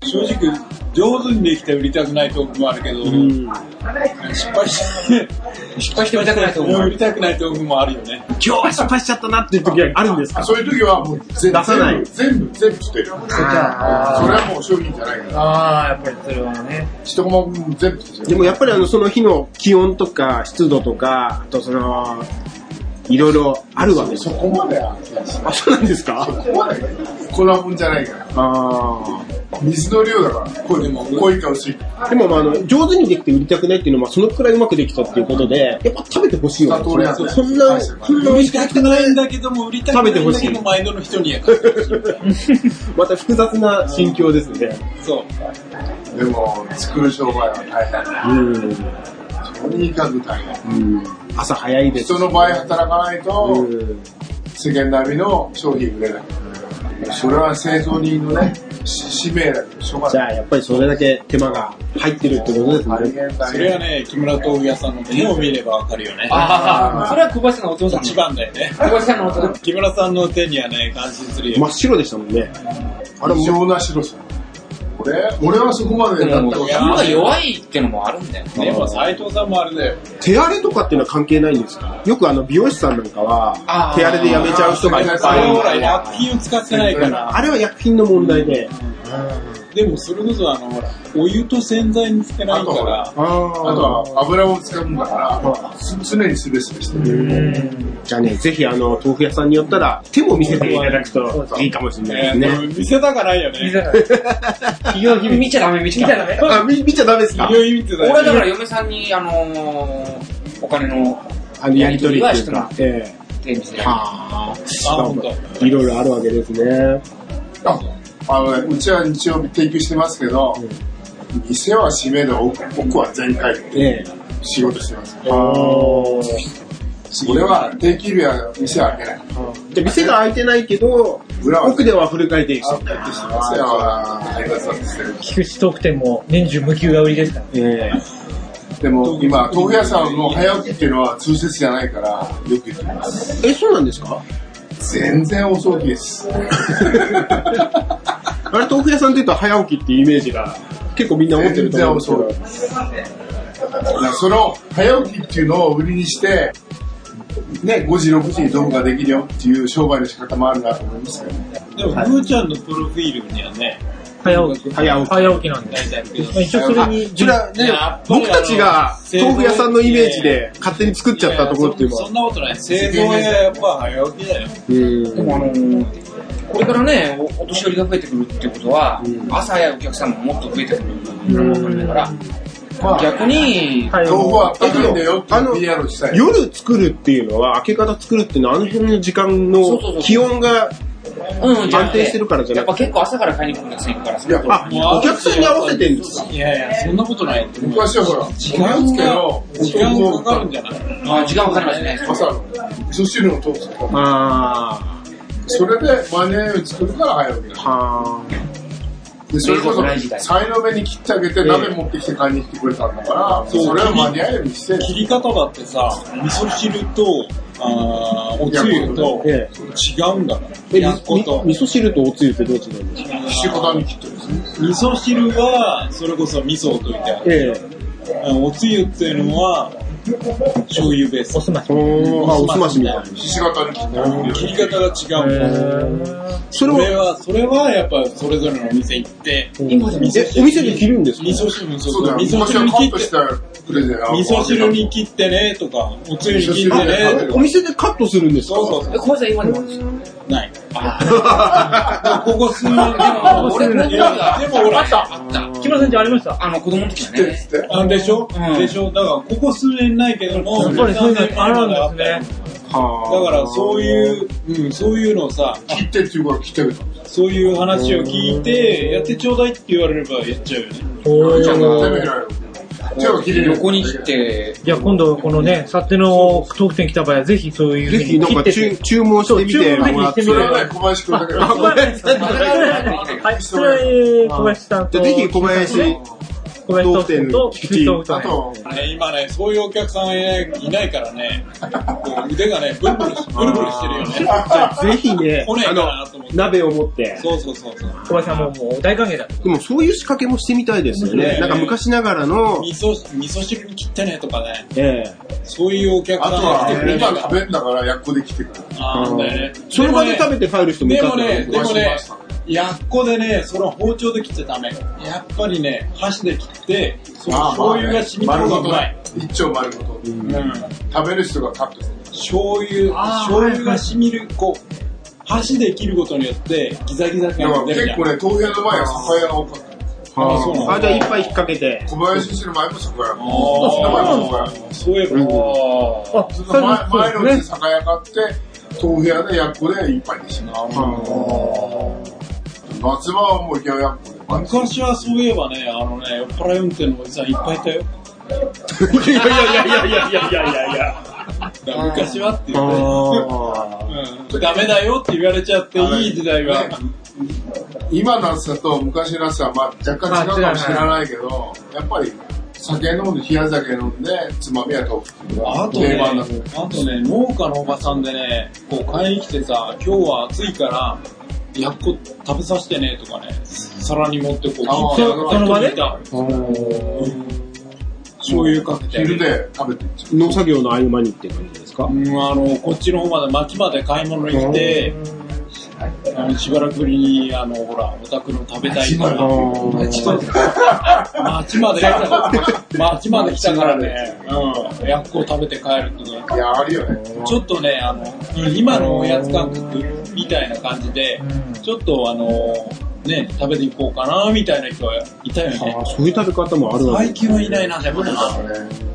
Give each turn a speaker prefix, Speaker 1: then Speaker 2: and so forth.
Speaker 1: 結局、上手にできて売りたくないトークもあるけど、
Speaker 2: うん。
Speaker 1: 失敗して、
Speaker 3: 失敗して売りたくないと思
Speaker 1: もう売
Speaker 3: う。
Speaker 1: りたくないトークもあるよね。
Speaker 2: 今日は失敗しちゃったなっていう時はあるんですか
Speaker 4: あそういう時はもう全
Speaker 2: 出さない
Speaker 4: 全部、全部、全部捨てる。それ
Speaker 3: あ
Speaker 4: はもう商品じゃないか
Speaker 3: あー、
Speaker 4: ら。
Speaker 3: やっぱりそれはね。
Speaker 4: 一コマ分全部捨て
Speaker 2: で
Speaker 4: る。
Speaker 2: もやっぱりあの、その日の気温とか湿度とか、あとその、いろいろあるわけです
Speaker 4: そこまでは、そ
Speaker 2: あ、そうなんですか
Speaker 4: こまでは、粉もんじゃないから。
Speaker 2: ああ。
Speaker 4: 水の量だから、これでも濃いか薄いか。
Speaker 2: でも、まあ、あの、上手にできて売りたくないっていうのは、そのくらいうまくできたっていうことで、やっぱ食べてほしいよね。
Speaker 4: 二通りあるね
Speaker 2: そんな、そんな
Speaker 1: 売りたくないんだけども、売りたくないんだけど、毎度の人にやから。
Speaker 2: また複雑な心境ですね。
Speaker 1: そう。
Speaker 4: でも、作る商売は大
Speaker 2: うん。
Speaker 4: 変。とにかく大変。
Speaker 2: 朝早いです。
Speaker 4: 人の場合働かないうと、
Speaker 2: ん。
Speaker 4: 世間並みの商品売れない。それは製造人のね、し使命だけど、しょうが
Speaker 2: じ
Speaker 4: な
Speaker 2: ゃあ、
Speaker 4: い。
Speaker 2: やっぱりそれだけ手間が入ってるってことです
Speaker 4: 大
Speaker 2: ね。
Speaker 4: 変大
Speaker 1: それは
Speaker 4: 変。
Speaker 1: ね、木村東屋さんの目を見ればわかるよね。
Speaker 3: ああ、それは小林さんのお父さん
Speaker 1: 一
Speaker 3: の。
Speaker 1: 番だよね。
Speaker 3: 小林さんのお父さん。
Speaker 1: 木村さんの手にはね、感心するよ。
Speaker 2: 真っ白でしたもんね。
Speaker 4: あれ、異常な白さ。俺、俺はそこまでだった
Speaker 1: も
Speaker 4: こ
Speaker 1: いや
Speaker 3: 球が弱いってのもあるんだよね。
Speaker 1: でも斎藤さんもあれだよ。
Speaker 2: 手荒れとかっていうのは関係ないんですかよくあの、美容師さんなんかは
Speaker 3: あ、ー
Speaker 2: 手荒れで辞めちゃう人がいっ
Speaker 1: あ
Speaker 2: ぱ
Speaker 1: れ
Speaker 2: い
Speaker 1: ほら、薬品を使ってないから。
Speaker 2: あれは薬品の問題で。
Speaker 1: でもそれこそあの、ほら、お湯と洗剤につけないから、
Speaker 2: あ
Speaker 4: あとは油を使うんだから、す常にスベスベしてる。
Speaker 2: じゃあね、ぜひあの、豆腐屋さんによったら、手も見せていただくといいかもしれないです
Speaker 1: ね
Speaker 2: ね。
Speaker 1: 見せたかないよね。
Speaker 3: 企業秘密見ちゃダメ、見ちゃダメ。
Speaker 2: あ、見見ちゃダメですか
Speaker 1: 医療意味って
Speaker 3: 俺はだから嫁さんに、あのー、お金の
Speaker 2: あの、やりとりっていう
Speaker 3: や
Speaker 2: か
Speaker 3: り。
Speaker 2: え
Speaker 3: 手見せて
Speaker 2: え。は
Speaker 1: あ、ほんと。
Speaker 2: あ。いろいろあるわけですね。
Speaker 4: ああのね、うちは日曜日提供してますけど、店は閉める奥奥は全開で
Speaker 2: ええ。
Speaker 4: 仕事してます。
Speaker 2: あー
Speaker 4: 俺は定休日は店は開けない。
Speaker 2: じゃあ店が開いてないけど、
Speaker 4: 裏は
Speaker 2: 奥ではフル回転してる。
Speaker 4: 店は開けない
Speaker 5: 菊池特典も年中無休が売りですから。
Speaker 2: ええ。
Speaker 4: でも今、豆腐屋さんの早起きっていうのは通説じゃないから、よく言ってます。
Speaker 2: え、そうなんですか
Speaker 4: 全然遅起きです。
Speaker 2: あれ、豆腐屋さんって言うと早起きっていうイメージが結構みんな持ってると思うんですけど。
Speaker 4: 全然だからその早起きっていうのを売りにして、ね、5時、6時にどこができるよっていう商売の仕方もあるなと思いますけどね。
Speaker 1: でも、ふーちゃんのプロフィールにはね、
Speaker 5: 早起き。
Speaker 2: 早起き。
Speaker 5: 早起きなんで。まあ一応それに、
Speaker 2: それは
Speaker 1: い
Speaker 2: ね
Speaker 1: ややっぱ、り
Speaker 2: 僕たちが
Speaker 1: あの
Speaker 2: 豆腐屋さんのイメージで勝手に作っちゃったところっていうの
Speaker 1: そ
Speaker 2: は
Speaker 1: ん。なことない。製造屋やっぱ早起きだよ。
Speaker 3: でもあのー、これからねお、お年寄りが増えてくるってことは、朝早いお客さんももっと増えてくるのかもしれないから、
Speaker 4: まあ、
Speaker 3: 逆に、
Speaker 5: 早
Speaker 4: 豆腐
Speaker 5: 起
Speaker 4: は高いんだよっていう PR したい。
Speaker 2: 夜作るっていうのは、明け方作るっていうのは、あの辺の時間
Speaker 3: そうそうそ
Speaker 2: の
Speaker 3: う
Speaker 2: 気温が、
Speaker 3: うん、じゃなく
Speaker 2: 安定してるからじゃな
Speaker 3: やっ
Speaker 2: く
Speaker 3: ぱ結構朝から買いに来るんですよ、行くから。その
Speaker 4: いや
Speaker 2: あ、お客さんに合わせてるんですか
Speaker 1: いやいや、そんなことない。
Speaker 4: 昔はほら、
Speaker 1: 時間
Speaker 4: つけ
Speaker 1: が
Speaker 4: よ、
Speaker 1: 時間かかるんじゃない
Speaker 3: あ時間かかりますね。
Speaker 4: 朝の、味噌汁の豆腐とか。
Speaker 2: あ
Speaker 4: それでマネーを作るから早起きな
Speaker 2: ー、はー
Speaker 4: のでそれ
Speaker 3: 冷
Speaker 4: こ
Speaker 3: 蔵庫ない時代
Speaker 4: そ、サイの目に切ってあげて鍋持ってきて買いに来てくれたんだから、
Speaker 1: そう
Speaker 4: それは間に合えるようにしてる。
Speaker 1: 切り方だってさ、味噌汁と、あーおつゆと
Speaker 2: ええ
Speaker 1: 違うんだから。
Speaker 2: え、み
Speaker 1: やっこと。
Speaker 2: み味噌汁とおつゆってどう違うんですか
Speaker 4: 仕事に切ってるんですね。
Speaker 1: 味噌汁は、それこそ味噌を溶いてある。
Speaker 2: え
Speaker 1: あのおつゆっていうのは、醤油ベース
Speaker 5: お。すまし
Speaker 2: え。。おあ、おすましみたいな。
Speaker 4: ひし形に切ってあげ
Speaker 1: 切
Speaker 4: る
Speaker 1: り方が違うの。
Speaker 2: そ
Speaker 1: そ
Speaker 2: れ
Speaker 1: れ
Speaker 2: は、
Speaker 1: は、それはやっぱそれぞれのお店行って、
Speaker 3: 今でも
Speaker 2: え、お店で切るんですか
Speaker 1: 味噌汁に、
Speaker 4: そうだよ、
Speaker 1: 味噌
Speaker 4: 昔は
Speaker 1: 汁に
Speaker 4: カ
Speaker 1: 切
Speaker 4: ッ
Speaker 1: っ、
Speaker 4: トしてたプレゼン
Speaker 1: 味噌汁に切ってねとか、おつゆに切って
Speaker 4: 味噌汁
Speaker 1: ね
Speaker 4: で
Speaker 1: とか。
Speaker 2: お店でカットするんですか
Speaker 1: そうそうそう
Speaker 3: え、小林さん今でもです
Speaker 1: ない。ここ数年でも、
Speaker 3: 俺、もう
Speaker 1: いや、でもほら、
Speaker 3: あった。
Speaker 5: 木村さんちありました
Speaker 3: あの、子供の時は
Speaker 4: 切ってるっ
Speaker 3: ね
Speaker 4: つ。って。
Speaker 1: あでしょ、
Speaker 3: うん
Speaker 1: でしょだから、ここ数年ないけども、
Speaker 5: やっぱりそういうのあるんですね。
Speaker 2: は
Speaker 1: だから、そう
Speaker 2: う。
Speaker 1: いう、うん、そういうのをさ、
Speaker 4: 切ってっていうから切ってあげたんです
Speaker 1: そういう話を聞いて、やってちょうだいって言われればやっちゃうよね。
Speaker 5: お
Speaker 4: よ。じゃあ、
Speaker 5: ー
Speaker 4: 食べないよ。じゃあ、切れるよ。
Speaker 3: 横に切って、
Speaker 5: いや、今度このね、さての特典来た場合は、ぜひそういう
Speaker 2: ぜひ、なん
Speaker 5: 切
Speaker 2: か
Speaker 5: って
Speaker 2: 注、注文してみてもらって。
Speaker 5: そう
Speaker 4: そ
Speaker 5: 注
Speaker 4: れ
Speaker 5: 文
Speaker 4: は
Speaker 5: ぜ
Speaker 4: ね、小林君だけど。
Speaker 5: あ、ごめんなさい。はい、それは、えー小林さん
Speaker 2: じ
Speaker 5: と。
Speaker 2: ゃあぜひ小林
Speaker 5: コメント店と
Speaker 2: 菊池
Speaker 5: 菊池
Speaker 4: あ
Speaker 5: と
Speaker 4: と、
Speaker 1: ね、今ね、そういうお客さんねいないからね、こう腕がね、ブルブルし、ブルブルしてるよね。
Speaker 2: じゃあぜひね、
Speaker 1: 来ねえか
Speaker 2: あの
Speaker 1: なと思って、
Speaker 2: 鍋を持って。
Speaker 1: そうそうそうそう。
Speaker 5: 小林さんももう大歓迎だと。
Speaker 2: でもそういう仕掛けもしてみたいですよね。
Speaker 1: ね
Speaker 2: なんか昔ながらの、
Speaker 1: 味噌、味噌汁に切ってねとかね、
Speaker 2: ええ
Speaker 1: そういうお客
Speaker 4: あ
Speaker 1: さんが来てく
Speaker 4: とは
Speaker 1: れ、る
Speaker 4: 今食べんだから、やっこで来てくる。
Speaker 1: あーね
Speaker 2: その場で食べて帰る人もい
Speaker 1: で
Speaker 2: た
Speaker 1: も
Speaker 2: んだ
Speaker 1: ね、
Speaker 2: よ
Speaker 1: でも
Speaker 4: お願
Speaker 1: ね
Speaker 4: いしま、
Speaker 1: やっこでね、それは包丁で切っちゃダメ。やっぱりね、箸で切って、その醤油が染みた方
Speaker 4: 丸ご
Speaker 1: が
Speaker 4: と
Speaker 1: うまい。。
Speaker 4: 一丁丸ごと。
Speaker 1: うん
Speaker 4: 食べる人がカットする。
Speaker 1: 醤油、
Speaker 5: あー
Speaker 1: 醤油が染みる、こう、箸で切ることによって、ギザギザ
Speaker 4: だか
Speaker 1: 感
Speaker 4: ら
Speaker 1: が出るじ
Speaker 4: 結
Speaker 1: ゃん
Speaker 4: 構。ね、豆腐屋の前は酒屋が多かった。
Speaker 1: あそうなんだ
Speaker 2: あ、じゃあ一杯引っ掛けて。
Speaker 4: 小林先生の前も酒屋。
Speaker 1: あー
Speaker 4: 名前も酒屋。
Speaker 1: そういえば、
Speaker 5: あ、
Speaker 4: そ
Speaker 5: それ
Speaker 4: の前前
Speaker 5: そ
Speaker 4: の
Speaker 5: う
Speaker 4: う
Speaker 5: で
Speaker 4: ち
Speaker 5: すね。
Speaker 4: 酒屋買って、豆腐屋でやっこで一杯にしな。夏場はもう池はやっこで。
Speaker 1: 昔はそういえばね、あのね、酔っ払い運転のおじさんいっぱいいたよ。
Speaker 2: いやいやいやいやいやいやいやいや。
Speaker 1: だから昔はって言って、
Speaker 2: あ
Speaker 1: うんダメだよって言われちゃって、いい時代は
Speaker 4: ね。今の暑さと昔の暑さはまあ若干違うかもしれないけど、やっぱり酒飲んで、冷や酒飲んで、つまみや豆腐っていうの
Speaker 1: あ
Speaker 4: は
Speaker 1: とね、
Speaker 4: 定番だと。
Speaker 1: あとね、農家のおばさんでね、こう買いに来てさ、今日は暑いから、やっこ食べさせてねとかね、皿に持ってこう、
Speaker 4: あー
Speaker 1: 切って
Speaker 4: そ
Speaker 5: その場で
Speaker 1: 醤油かけて。
Speaker 4: 昼で食べていっちゃう。
Speaker 2: 農作業の合間にって感じですか
Speaker 1: うん、あの、こっちの方まで、町まで買い物に来て、あのしばらくぶりに、あの、ほら、お宅の食べたい
Speaker 4: 町まで
Speaker 1: 町まで町まで来たから、町まで来たからね、うん、やっこ食べて帰るってね。
Speaker 4: いや、あるよね。
Speaker 1: ちょっとね、あの、今のおやつ感覚みたいな感じで、ちょっとあの、ね、食べていこうかな、みたいな人はいたよね。
Speaker 2: そういう食べ方もあるわけ
Speaker 1: 最近はいないな、でもな。
Speaker 4: ね